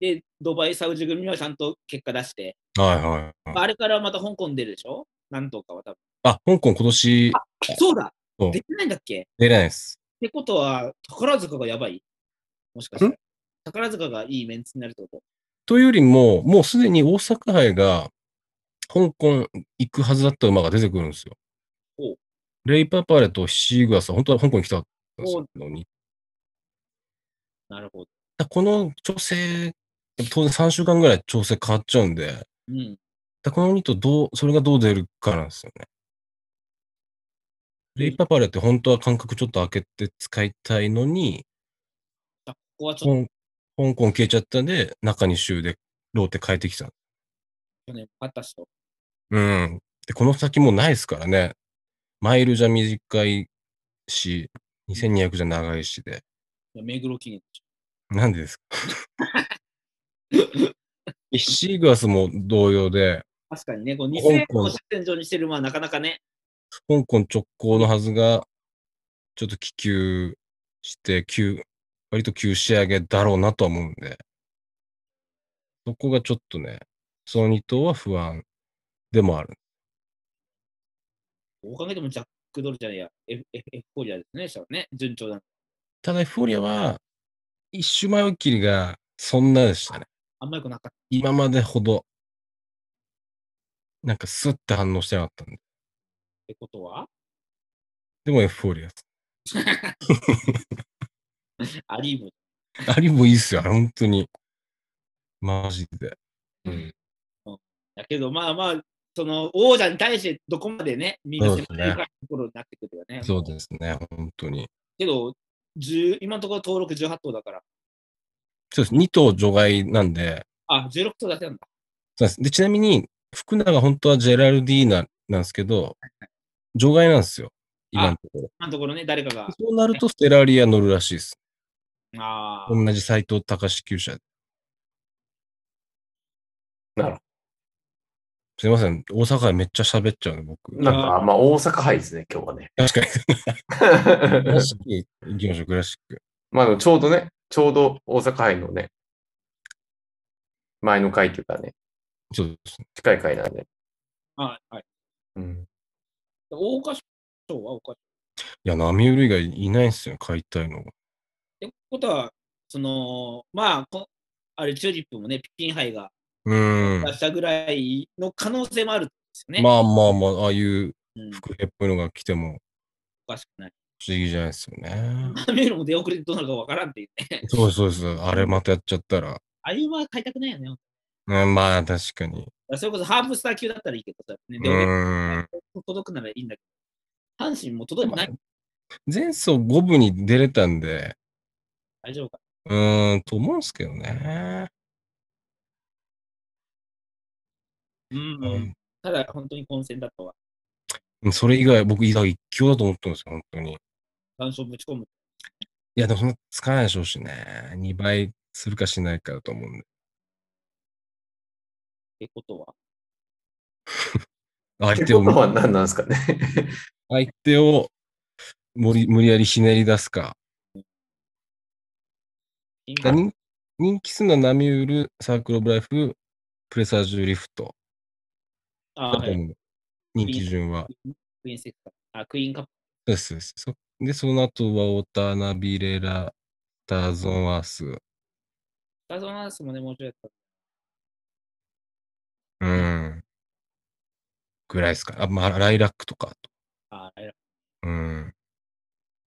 Speaker 2: で、ドバイ、サウジ組はちゃんと結果出して、
Speaker 3: はいはいはい。
Speaker 2: あれからまた香港出るでしょなんとかは多分。
Speaker 3: あ、香港今年
Speaker 2: そうだ
Speaker 3: そう
Speaker 2: できないんだっけっ
Speaker 3: 出れないです。
Speaker 2: てことは、宝塚がやばいもしかして
Speaker 3: ん。
Speaker 2: 宝塚がいいメンツになるってこと
Speaker 3: というよりも、もうすでに大阪杯が香港行くはずだった馬が出てくるんですよ
Speaker 2: おう。
Speaker 3: レイパーパーレとシーグラスは本当は香港に来たんですよ。に
Speaker 2: なるほど。
Speaker 3: この調整、当然3週間ぐらい調整変わっちゃうんで、
Speaker 2: うん。
Speaker 3: だこの2とどう、それがどう出るかなんですよね。レイパパレって本当は間隔ちょっと空けて使いたいのに、
Speaker 2: ここはちょっ
Speaker 3: 香香港消えちゃったんで、中2週でローテ変えてきた。
Speaker 2: とね、勝った人。
Speaker 3: うん。で、この先もうないですからね。マイルじゃ短いし、2200じゃ長いしで。
Speaker 2: 目黒記念。
Speaker 3: なんでですかシーグラスも同様で、
Speaker 2: 確かにね、こう
Speaker 3: 香
Speaker 2: 2000
Speaker 3: 港
Speaker 2: を主戦場にしてる馬はなかなかね、
Speaker 3: 香港直行のはずが、ちょっと気球して、急、割と急仕上げだろうなとは思うんで、そこがちょっとね、その2頭は不安でもある。
Speaker 2: どう考えてもジャックドルじゃねえや、エフエフエフフォリアですね、したらね、順調な。
Speaker 3: ただ、エフフォーリアは、一周前切りがそんなでしたね。
Speaker 2: あんまりくなかっ
Speaker 3: 今までほど、なんかスッて反応してなかったんで。
Speaker 2: たってことは、
Speaker 3: でもエフフォーリアです。
Speaker 2: アリーム。
Speaker 3: あリもいいっすよ、あれ本当に。マジで。
Speaker 1: うん
Speaker 2: だけど、まあまあ、その王者に対してどこまでね、身が迫れるかってところになってくるよね。
Speaker 3: そうですね、本当に。
Speaker 2: けど、10今のところ登録18頭だから、
Speaker 3: そうです。2頭除外なんで、
Speaker 2: あ、16頭だけなんだ。
Speaker 3: そうです。で、ちなみに、福永本当はジェラルディーナなんですけど、除外なんですよ。今のところ。
Speaker 2: 今のところね、誰かが。
Speaker 3: そうなると、ステラリア乗るらしいです。
Speaker 2: ああ、
Speaker 3: 同じ斎藤隆級者。
Speaker 1: なるほ
Speaker 3: すいません。大阪でめっちゃ喋っちゃうね、僕。
Speaker 1: ど。なんか、まあ、大阪杯ですね、今日はね。
Speaker 3: 確かに。クラシック、行きましょう、クラシック。
Speaker 1: まあ、あのちょうどね、ちょうど大阪杯のね、前の回というかね、
Speaker 3: そうですね。
Speaker 1: 近い回なんで。
Speaker 2: はい、はい。
Speaker 1: うん、
Speaker 2: 大岡賞は大岡賞。っ
Speaker 3: いや、波浦以外いないんですよ、買いたいのが。
Speaker 2: てことは、その、まあ、こあれ、チューリップもね、ピンハイが
Speaker 3: うーん。
Speaker 2: 出したぐらいの可能性もあるんですよね。
Speaker 3: まあまあまあ、ああいう
Speaker 2: うん、
Speaker 3: 副ヘっぽいのが来ても
Speaker 2: おかしくない。
Speaker 3: 不思議じゃないですよ ね。
Speaker 2: アメールも出遅れてどうなるかわからんっていうね。
Speaker 3: そうですそうです。あれまたやっちゃったら。
Speaker 2: ああいう馬は買いたくないよね。だか
Speaker 3: うん、まあ確かに。
Speaker 2: らそれこそハーブスター級だったらいいけどさ、ね、
Speaker 3: う
Speaker 2: でも
Speaker 3: ーん。
Speaker 2: 届くならいいんだけど、阪神も届いてない
Speaker 3: 前走5部に出れたんで、
Speaker 2: 大丈夫か。
Speaker 3: うーん、と思うんですけどね。
Speaker 2: うん、ただ、本当に混戦だったわ。
Speaker 3: うん。それ以外、僕、伊沢一強だと思ってますよ、本当に。
Speaker 2: 単勝ぶち込む。
Speaker 3: いや、でもそんなつかないでしょうしね。2倍するかしないかだと思うんで。
Speaker 2: ってことは。
Speaker 3: 相
Speaker 1: って
Speaker 3: 手を
Speaker 1: こ、とは何 なんですかね。
Speaker 3: 相手を無理無理やりひねり出すか。だから人人気するのはナミウル、サークルオブライフ、プレサージュリフト。
Speaker 2: あ
Speaker 3: だ
Speaker 2: は
Speaker 3: と
Speaker 2: い
Speaker 3: 思う。人気順は。
Speaker 2: クイーンセッター。あ、クイーンカップ。
Speaker 3: そうですそうです。そで、その後は、オタナビレラ、ターゾンアース。
Speaker 2: ダゾナースもね、もうちょいやった。
Speaker 3: うん。ぐらいですか。あ、まあ、ライラックとか。
Speaker 2: あ、
Speaker 3: うん。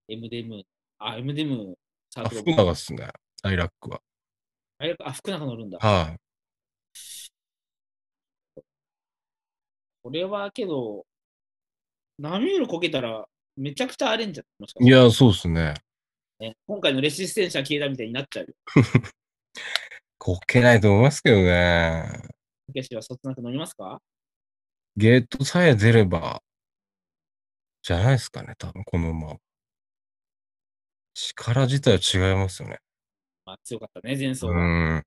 Speaker 2: MDM。あ、MDM。サ
Speaker 3: あ、
Speaker 2: ークル
Speaker 3: 福永っすね。ライラックは。
Speaker 2: あれあ、福永乗るんだ。
Speaker 3: はい。
Speaker 2: これはけど、ナミュールこけたら、めちゃくちゃアレンジだもしか
Speaker 3: い
Speaker 2: したら
Speaker 3: や、そうですね。
Speaker 2: ね。今回のレシステンシャ消えたみたいになっちゃうよ。
Speaker 3: こけないと思いますけどね。
Speaker 2: こけしはそつなく乗りますか
Speaker 3: ゲートさえ出れば、じゃないですかね、多分この馬は。力自体は違いますよね。
Speaker 2: まあ強かったね、前走
Speaker 3: う
Speaker 2: は。
Speaker 3: ん。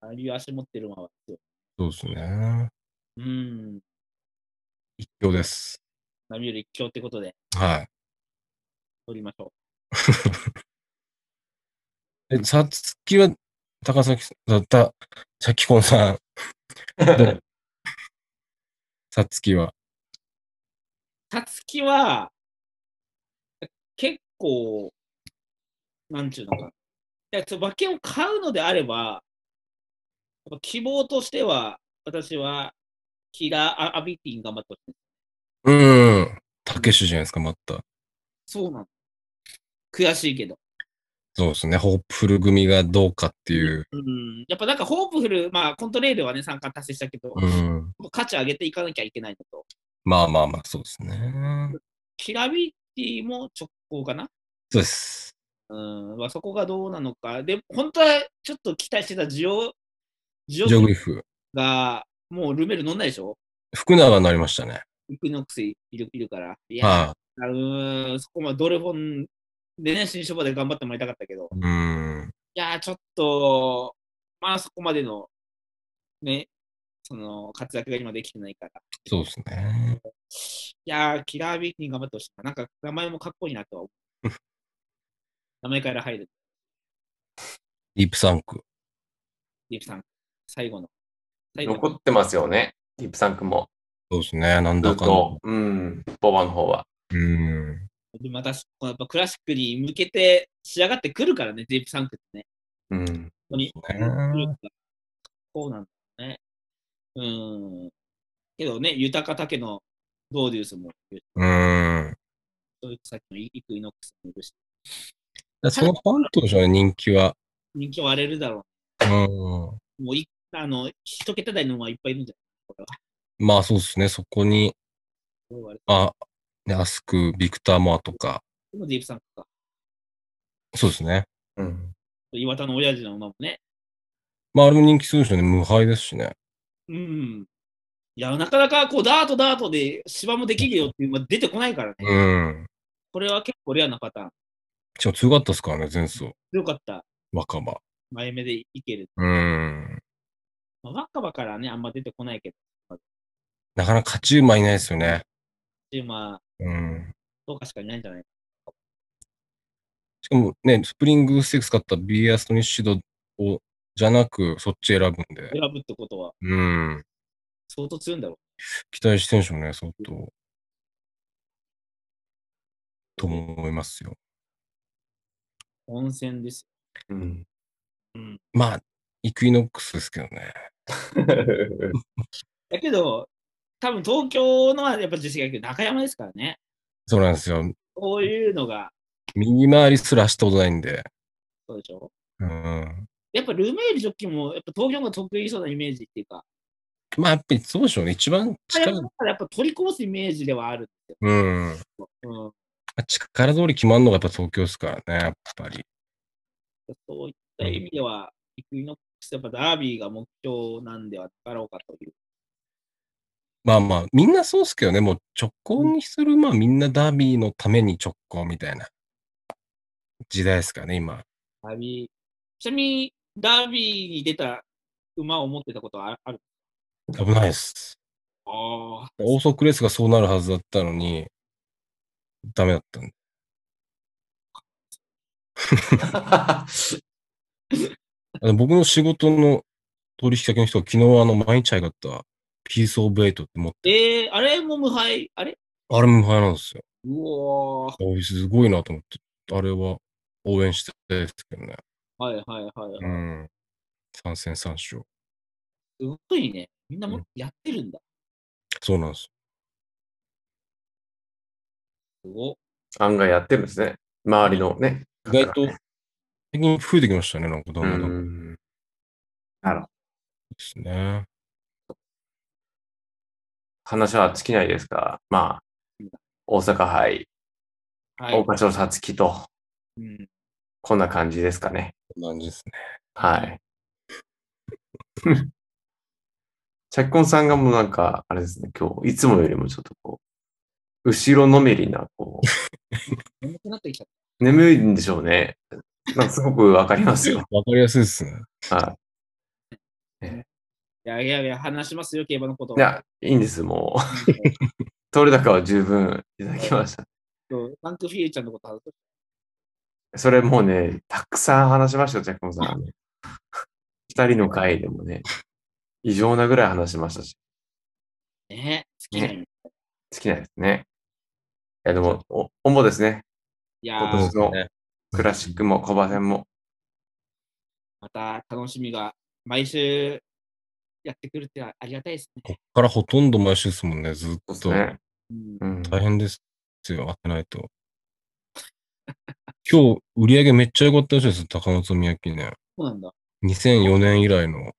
Speaker 2: ああいう足持ってる馬は強い。
Speaker 3: そうですね。
Speaker 2: うん。
Speaker 3: 一強です。
Speaker 2: ナミュール一強ってことで、
Speaker 3: は
Speaker 2: 乗りましょ
Speaker 3: い。 え、さつきは、高崎さん、だった、さきこんさん、さつきは。
Speaker 2: う。たつきは、結構、なんちゅうのか。いや、ちょ馬券を買うのであれば、やっぱ希望としては、私は、キラーア・アビティに頑張ってほしい。
Speaker 3: うん。たけしじゃないですか、また。
Speaker 2: そうなの。悔しいけど。
Speaker 3: そうですね。ホープフル組がどうかっていう。
Speaker 2: うん。やっぱなんかホープフル、まあコントレールはね、3冠達成したけど、
Speaker 3: うん。
Speaker 2: もう価値上げていかなきゃいけないのと、
Speaker 3: まあまあまあ、そうですね。
Speaker 2: キラビティも直行かな。
Speaker 3: そうです。
Speaker 2: うん。まあそこがどうなのか。で、本当はちょっと期待してたジオ、ジ
Speaker 3: ジョグ
Speaker 2: オ
Speaker 3: リフ。
Speaker 2: が、もうルメール乗んないでしょ
Speaker 3: 福永になりましたね。
Speaker 2: イクノックスいるいるから。いや、
Speaker 3: は
Speaker 2: うーん、そこまでドレフォンでね、新書場で頑張ってもらいたかったけど。
Speaker 3: い。うん。
Speaker 2: いやー、ちょっと、まあそこまでの、ね、その活躍が今できてないから。
Speaker 3: そうですね。
Speaker 2: いやー、キラービーに頑張ってほしいな。なんか名前もかっこいいなとは思う。名前から入る、
Speaker 3: ディープサンク。
Speaker 2: リープさん。最後の。最後
Speaker 1: 残
Speaker 2: の
Speaker 1: ってますよね、ディープサンクも。
Speaker 3: そうですね。なん
Speaker 1: ず
Speaker 3: だ
Speaker 1: っ
Speaker 3: かんだ。
Speaker 1: と、うん、ボバの方は。
Speaker 3: うん。
Speaker 2: でまた、こうやっぱクラシックに向けて仕上がってくるからね、ディープサンクってね。
Speaker 1: うん、
Speaker 2: 本当に。
Speaker 3: ね
Speaker 2: そうなんだね。うーん。けどね、豊か竹のドーデュースもいるし、
Speaker 3: うん。
Speaker 2: そういうさっきのイクイノックスもいるし、
Speaker 3: だそのファンとでしょうね、人気は。
Speaker 2: 人気割れるだろ
Speaker 3: うん。
Speaker 2: う。もうい、あの、一桁台の馬いっぱいいるんじゃないこれは
Speaker 3: まあそうですね。そこに、
Speaker 2: どう言われて
Speaker 3: あ、ね、アスク、ビクター・モアとか。
Speaker 2: もディープサンクか。
Speaker 3: そうですね。
Speaker 1: うん。
Speaker 2: 岩田の親父の馬もね。
Speaker 3: まああれも人気するでしょうね。無敗ですしね。
Speaker 2: うん。いや、なかなかこう、ダートダートで芝もできるよっていう馬出てこないからね。
Speaker 3: うん。
Speaker 2: これは結構レアなパターン。
Speaker 3: しかも強かったですからね、前走。
Speaker 2: 強かった。
Speaker 3: 若葉。
Speaker 2: 前目でいける。
Speaker 3: うん。
Speaker 2: まあ、若葉からね、あんま出てこないけ
Speaker 3: なかなか勝ち馬いないですよね。
Speaker 2: ど、まあ、
Speaker 3: うん。
Speaker 2: どうかしかいないんじゃない
Speaker 3: しかもね、スプリングステークス買ったビーアストニッシュドを、じゃなく、そっち選ぶんで。
Speaker 2: 選ぶってことは、
Speaker 3: うん。
Speaker 2: 相当強いんだろ
Speaker 3: 期待してんでしょうね、相当。と思いますよ。
Speaker 2: う。温泉です。
Speaker 1: うん、
Speaker 2: うん。
Speaker 3: まあ、イクイノックスですけどね。
Speaker 2: だけど、多分東京のはやっぱ実績が中山ですからね。
Speaker 3: そうなんですよ。
Speaker 2: こういうのが、
Speaker 3: 右回りすらしたことないんで。
Speaker 2: そうでしょ
Speaker 3: うん。
Speaker 2: やっぱルメールジョッキーも、やっぱ東京の方が得意そうなイメージっていうか、
Speaker 3: まあ、やっぱりそうでしょうね。一番
Speaker 2: や
Speaker 3: 力、
Speaker 2: っぱやっぱ取りこぼすイメージではある。
Speaker 3: うん。
Speaker 2: うん。
Speaker 3: 力通り決まるのがやっぱ東京ですからね、やっぱり。
Speaker 2: そういった意味では、イクイノックス、やっぱダービーが目標なんではなかろうかという。
Speaker 3: まあまあ、みんなそうっすけどね、もう直行にする、まあみんなダービーのために直行みたいな時代ですからね、今。
Speaker 2: ダービー、ちなみにダービーに出た馬を持ってたことはあある
Speaker 3: 危ないです。
Speaker 2: ああ、
Speaker 3: オーソクレスがそうなるはずだったのに、ダメだったんで。あの僕の仕事の取引先の人が昨日あの毎日買ったピースオブエイトって持って、
Speaker 2: えー、あれも無敗、あれ
Speaker 3: あれ無敗なんですよ。
Speaker 2: うおー、
Speaker 3: おすごいなと思って、あれは応援してですけどね。
Speaker 2: はいはいはい。
Speaker 3: うん。3戦3勝。
Speaker 2: すごいね。みんなも、やってるんだ。
Speaker 3: そうなんです。
Speaker 2: すごっ
Speaker 1: 案外やってるんですね。周りのね。
Speaker 3: 意外と、最近増えてきましたね、なんかどう
Speaker 1: う
Speaker 3: もどうもで
Speaker 1: ん。なるほど。
Speaker 3: すね。
Speaker 1: 話は尽きないですが、まあ、大阪杯、
Speaker 2: はい。
Speaker 1: 大橋のさつきと、
Speaker 2: うん
Speaker 1: こんな感じですかね。
Speaker 3: こんな感じですね。
Speaker 1: はい。 着婚さんがもうなんか、あれですね、今日、いつもよりもちょっとこう、後ろのめりな、こ
Speaker 2: 眠くなってきちゃっ
Speaker 1: う、 眠いんでしょうね。なんかすごくわかります よ。
Speaker 3: わかりやすいですね。
Speaker 1: は
Speaker 2: た。いやいやいや、話しますよ、競馬のこと。
Speaker 1: い。いや、いいんです、もう。取れ高は十分いただきました。
Speaker 2: そうバンクフィーユちゃんのこと話す。
Speaker 1: それもうね、たくさん話しましたよ、ジャックモンさ ん。二人の会でもね、異常なぐらい話しましたし、
Speaker 2: ね好きなのい
Speaker 1: 好きなんですね。いや、でも、お、おもですね。
Speaker 2: や
Speaker 1: 今年
Speaker 2: ー、
Speaker 1: の
Speaker 3: ね
Speaker 1: クラシックも小馬戦も。
Speaker 2: また楽しみが毎週やってくるってのはありがたいですね。
Speaker 3: こっからほとんど毎週ですもんね、ずっ
Speaker 1: そうです
Speaker 3: と。
Speaker 1: ね。
Speaker 2: うん
Speaker 1: うん。
Speaker 3: 大変ですよ、当てないと。 今日、売り上げめっちゃ良かったらしいです、高松宮記念。
Speaker 2: そうなんだ。
Speaker 3: 2004年以来の。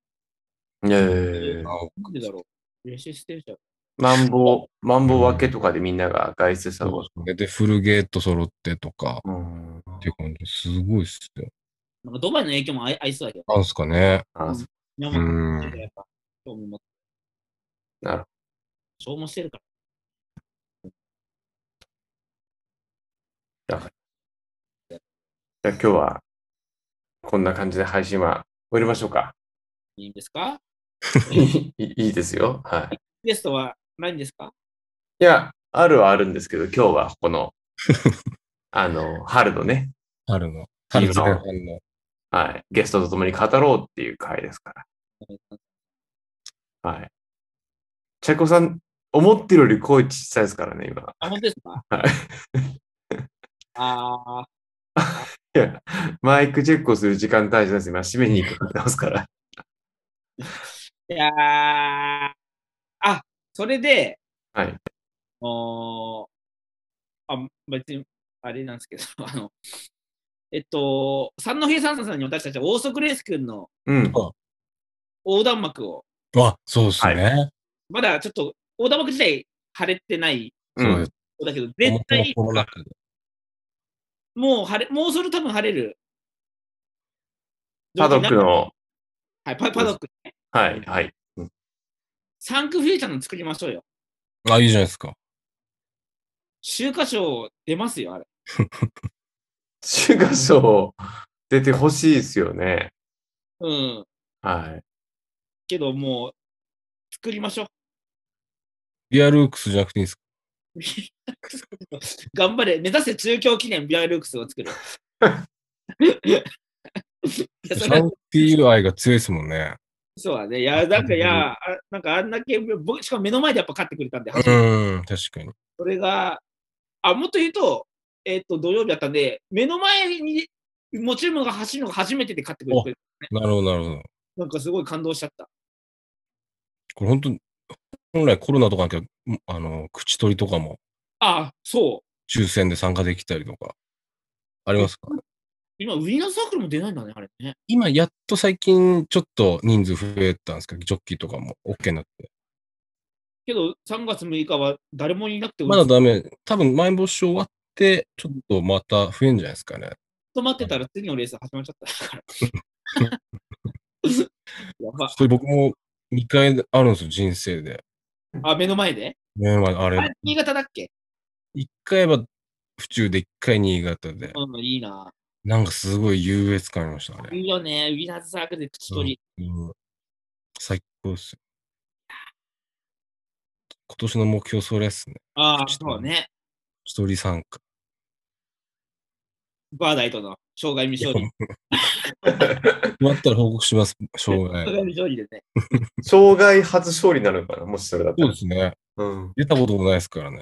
Speaker 1: いやいやいやいや
Speaker 2: なんでだろう。嬉しいステージだ。
Speaker 1: マンボウ、マンボウ分けとかでみんなが外出したこと。
Speaker 3: で、フルゲート揃ってとか、
Speaker 1: うん。
Speaker 3: っていう感じ。すごいっすよ。
Speaker 2: なんかドバイの影響もありありそうだけど。
Speaker 3: なんすかね。
Speaker 1: あそう
Speaker 2: 今
Speaker 3: う
Speaker 2: も、
Speaker 3: ん。
Speaker 2: やっぱ、興味持って、
Speaker 1: なるほ
Speaker 2: 消耗してるから。
Speaker 1: ど。じゃあ今日は、こんな感じで配信は終わりましょう か。
Speaker 2: いいんですか
Speaker 1: いいいいですよ。はい。
Speaker 2: ゲストはないんですか
Speaker 1: いや、あるはあるんですけど、今日はこ の、あの、春のね、
Speaker 3: 春の。
Speaker 1: いい
Speaker 3: 春
Speaker 1: な
Speaker 3: 前半の。
Speaker 1: はい、ゲストと共に語ろうっていう回ですか
Speaker 2: はい
Speaker 1: ら。はい。チャイコさん、思ってるより声小さいですからね、今。
Speaker 2: あ、本当ですか
Speaker 1: はい。
Speaker 2: ああ、
Speaker 1: いや、マイクチェックをする時間大事です。今、締めに行くってますから。
Speaker 2: いやーあ、それで、
Speaker 1: はい。
Speaker 2: おあ、別に、あれなんですけど、 あの、えっと、三戸平三さんに私たちはオーソクレース君の
Speaker 1: うん。
Speaker 2: 横断幕を、
Speaker 3: あ、そうっすね。
Speaker 2: まだちょっと横断幕自体晴れてない
Speaker 1: うん
Speaker 3: そうです。
Speaker 2: だけど、
Speaker 3: た
Speaker 2: 絶対
Speaker 3: コロナ禍で。
Speaker 2: もう晴れ、もうそれ多分晴れる。
Speaker 1: パドックの、
Speaker 2: はい、パパドック。
Speaker 1: はい、はい。
Speaker 2: サンクフューチャーの作りましょうよ。
Speaker 3: あ、いいじゃないですか。
Speaker 2: 週刊賞出ますよ、あれ。
Speaker 1: 中華賞出てほしいですよね。
Speaker 2: うん。
Speaker 1: はい。
Speaker 2: けどもう、作りましょう。
Speaker 3: リアルークスじゃなくていいんですか
Speaker 2: 頑張れ。目指せ中京記念ビアルークスを作る。 いやそ
Speaker 3: シ
Speaker 2: れ
Speaker 3: ャンティール愛が強いですもんね。
Speaker 2: そうだね。いや、なんか、いや、あなんかあんなけ僕、しかも目の前でやっぱ勝ってくれたんで、
Speaker 3: うん、確かに。
Speaker 2: それが、あ、もっと言うと、えっ、と、土曜日だったんで、目の前に、もちろんが走るのが初めてで勝ってくれて、
Speaker 3: なるほど、なるほど。
Speaker 2: なんかすごい感動しちゃった。
Speaker 3: これ本当に本来コロナとかなきゃ、もあの、口取りとかも
Speaker 2: あ、そう。
Speaker 3: 抽選で参加できたりとか、ありますか
Speaker 2: 今、ウィナーサークルも出ないんだね、あれね。
Speaker 3: 今、やっと最近、ちょっと人数増えたんですけど、ジョッキーとかも OK になって。
Speaker 2: けど、3月6日は誰もいなくて、
Speaker 3: まだ
Speaker 2: ずっ
Speaker 3: ダメ。多分、まん延防止終わって、ちょっとまた増えんじゃないですかね。
Speaker 2: と待ってたら次のレース始まっちゃったから。 やば。
Speaker 3: それ僕も2回あるんですよ、人生で。
Speaker 2: あ、目の前で
Speaker 3: ねまああ
Speaker 2: あ
Speaker 3: れ、
Speaker 2: 新潟だっけ
Speaker 3: 1回は府中で、1回新潟で。
Speaker 2: うん、いいな。
Speaker 3: なんかすごい優越感ありました、あれ。
Speaker 2: いいよね、ウィナーズサークルで口取り。
Speaker 3: うん、最高っすよ。今年の目標、それっすね。
Speaker 2: ああ、そうね。
Speaker 3: 一人参加。
Speaker 2: バーダイとの障害未勝利。
Speaker 3: 決まったら報告します、しょうが
Speaker 2: 障
Speaker 3: ない。
Speaker 2: 害未勝利でね。
Speaker 1: 障害初勝利になるのかな、もしそれだった
Speaker 3: そう
Speaker 1: ら
Speaker 3: で。すね。
Speaker 1: うん。
Speaker 3: 出たこともないですからね。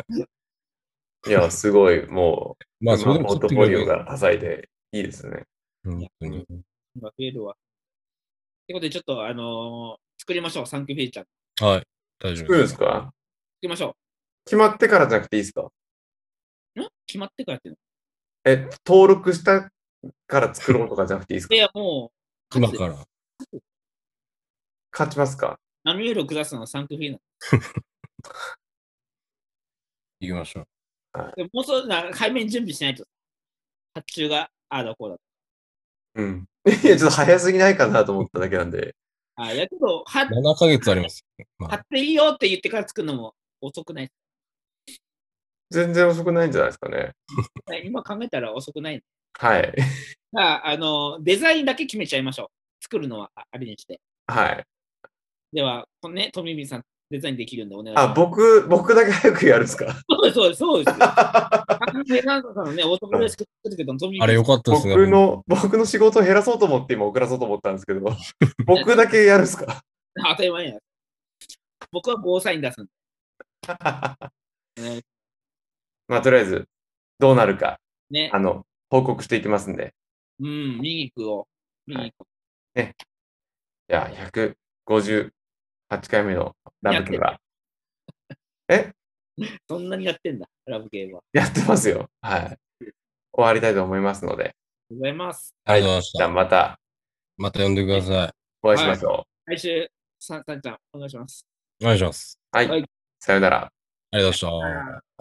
Speaker 1: いや、すごい、もう、
Speaker 3: まあ、それで
Speaker 1: ま
Speaker 3: も
Speaker 1: ポー
Speaker 3: 取
Speaker 1: ト
Speaker 3: って
Speaker 1: フォリ
Speaker 3: く
Speaker 1: オ
Speaker 3: ればい
Speaker 1: が
Speaker 3: い
Speaker 1: 多彩でいいですね。
Speaker 3: 本当に。
Speaker 2: 今増えるわ。ってことで、ちょっと、あのー作りましょう、サンキューフィーチャー。
Speaker 3: はい、大丈
Speaker 1: 作るん
Speaker 3: 夫で
Speaker 1: です
Speaker 3: す。
Speaker 1: か
Speaker 2: きましょ
Speaker 1: 決まってからじゃなくていいですか
Speaker 2: う。ん決まってからっていう
Speaker 1: え、登録したから作ろうとかじゃなくていいです
Speaker 2: の。
Speaker 1: か
Speaker 2: いや、もう、
Speaker 3: 今
Speaker 2: つ
Speaker 3: から。
Speaker 1: 勝ちますか
Speaker 2: 波より下すのはサンクフィーな
Speaker 3: 行きましょう。
Speaker 2: のでもうそうな、早めに準備しないと。発注が、ああだこうだ。
Speaker 1: うん。いや、ちょっと早すぎないかなと思っただけなんで。
Speaker 2: ああ、いやけど、は
Speaker 3: 7ヶ月あります。
Speaker 2: 買っていいよって言ってから作るのも遅くない。
Speaker 1: 全然遅くないんじゃないですかね。
Speaker 2: 今考えたら遅くない。
Speaker 1: はい。
Speaker 2: じゃあ、あの、デザインだけ決めちゃいましょう。作るのはああれにして。
Speaker 1: はい。
Speaker 2: では、このね、トミビさん、デザインできるんでお願いし
Speaker 1: あ、
Speaker 2: ます。
Speaker 1: 僕、僕だけ早くやるんですか
Speaker 2: そうです、そうです、そうです。完全なんかのね、男らしく作るけど、トミビさ
Speaker 3: あ
Speaker 2: ん
Speaker 3: れ良かったですね。
Speaker 1: 僕の、僕の仕事を減らそうと思って今遅らそうと思ったんですけ ど、僕だけやるんですか
Speaker 2: 当たり前や。僕はゴーサイン出すんでね。
Speaker 1: まあ、とりあえず、どうなるか、
Speaker 2: ね
Speaker 1: あの、報告していきますんで。
Speaker 2: うん、見に行くを。見に行く。
Speaker 1: じゃあ、158回目のラブキは
Speaker 2: そんなにやってんだ、ラブゲームは。あ
Speaker 1: やってますよ。はい。終わりたいと思いますので、
Speaker 2: りがとうございます。
Speaker 3: ありがとうございまし
Speaker 1: じゃあ
Speaker 3: た。
Speaker 1: また
Speaker 3: また呼んでくださ
Speaker 1: お会いしましょ
Speaker 2: 来週、さんさんちゃん、お願いします。
Speaker 3: い。お願いします。
Speaker 1: う。はい。
Speaker 2: はい
Speaker 1: さよなら。
Speaker 3: ありがとうございました。
Speaker 2: あー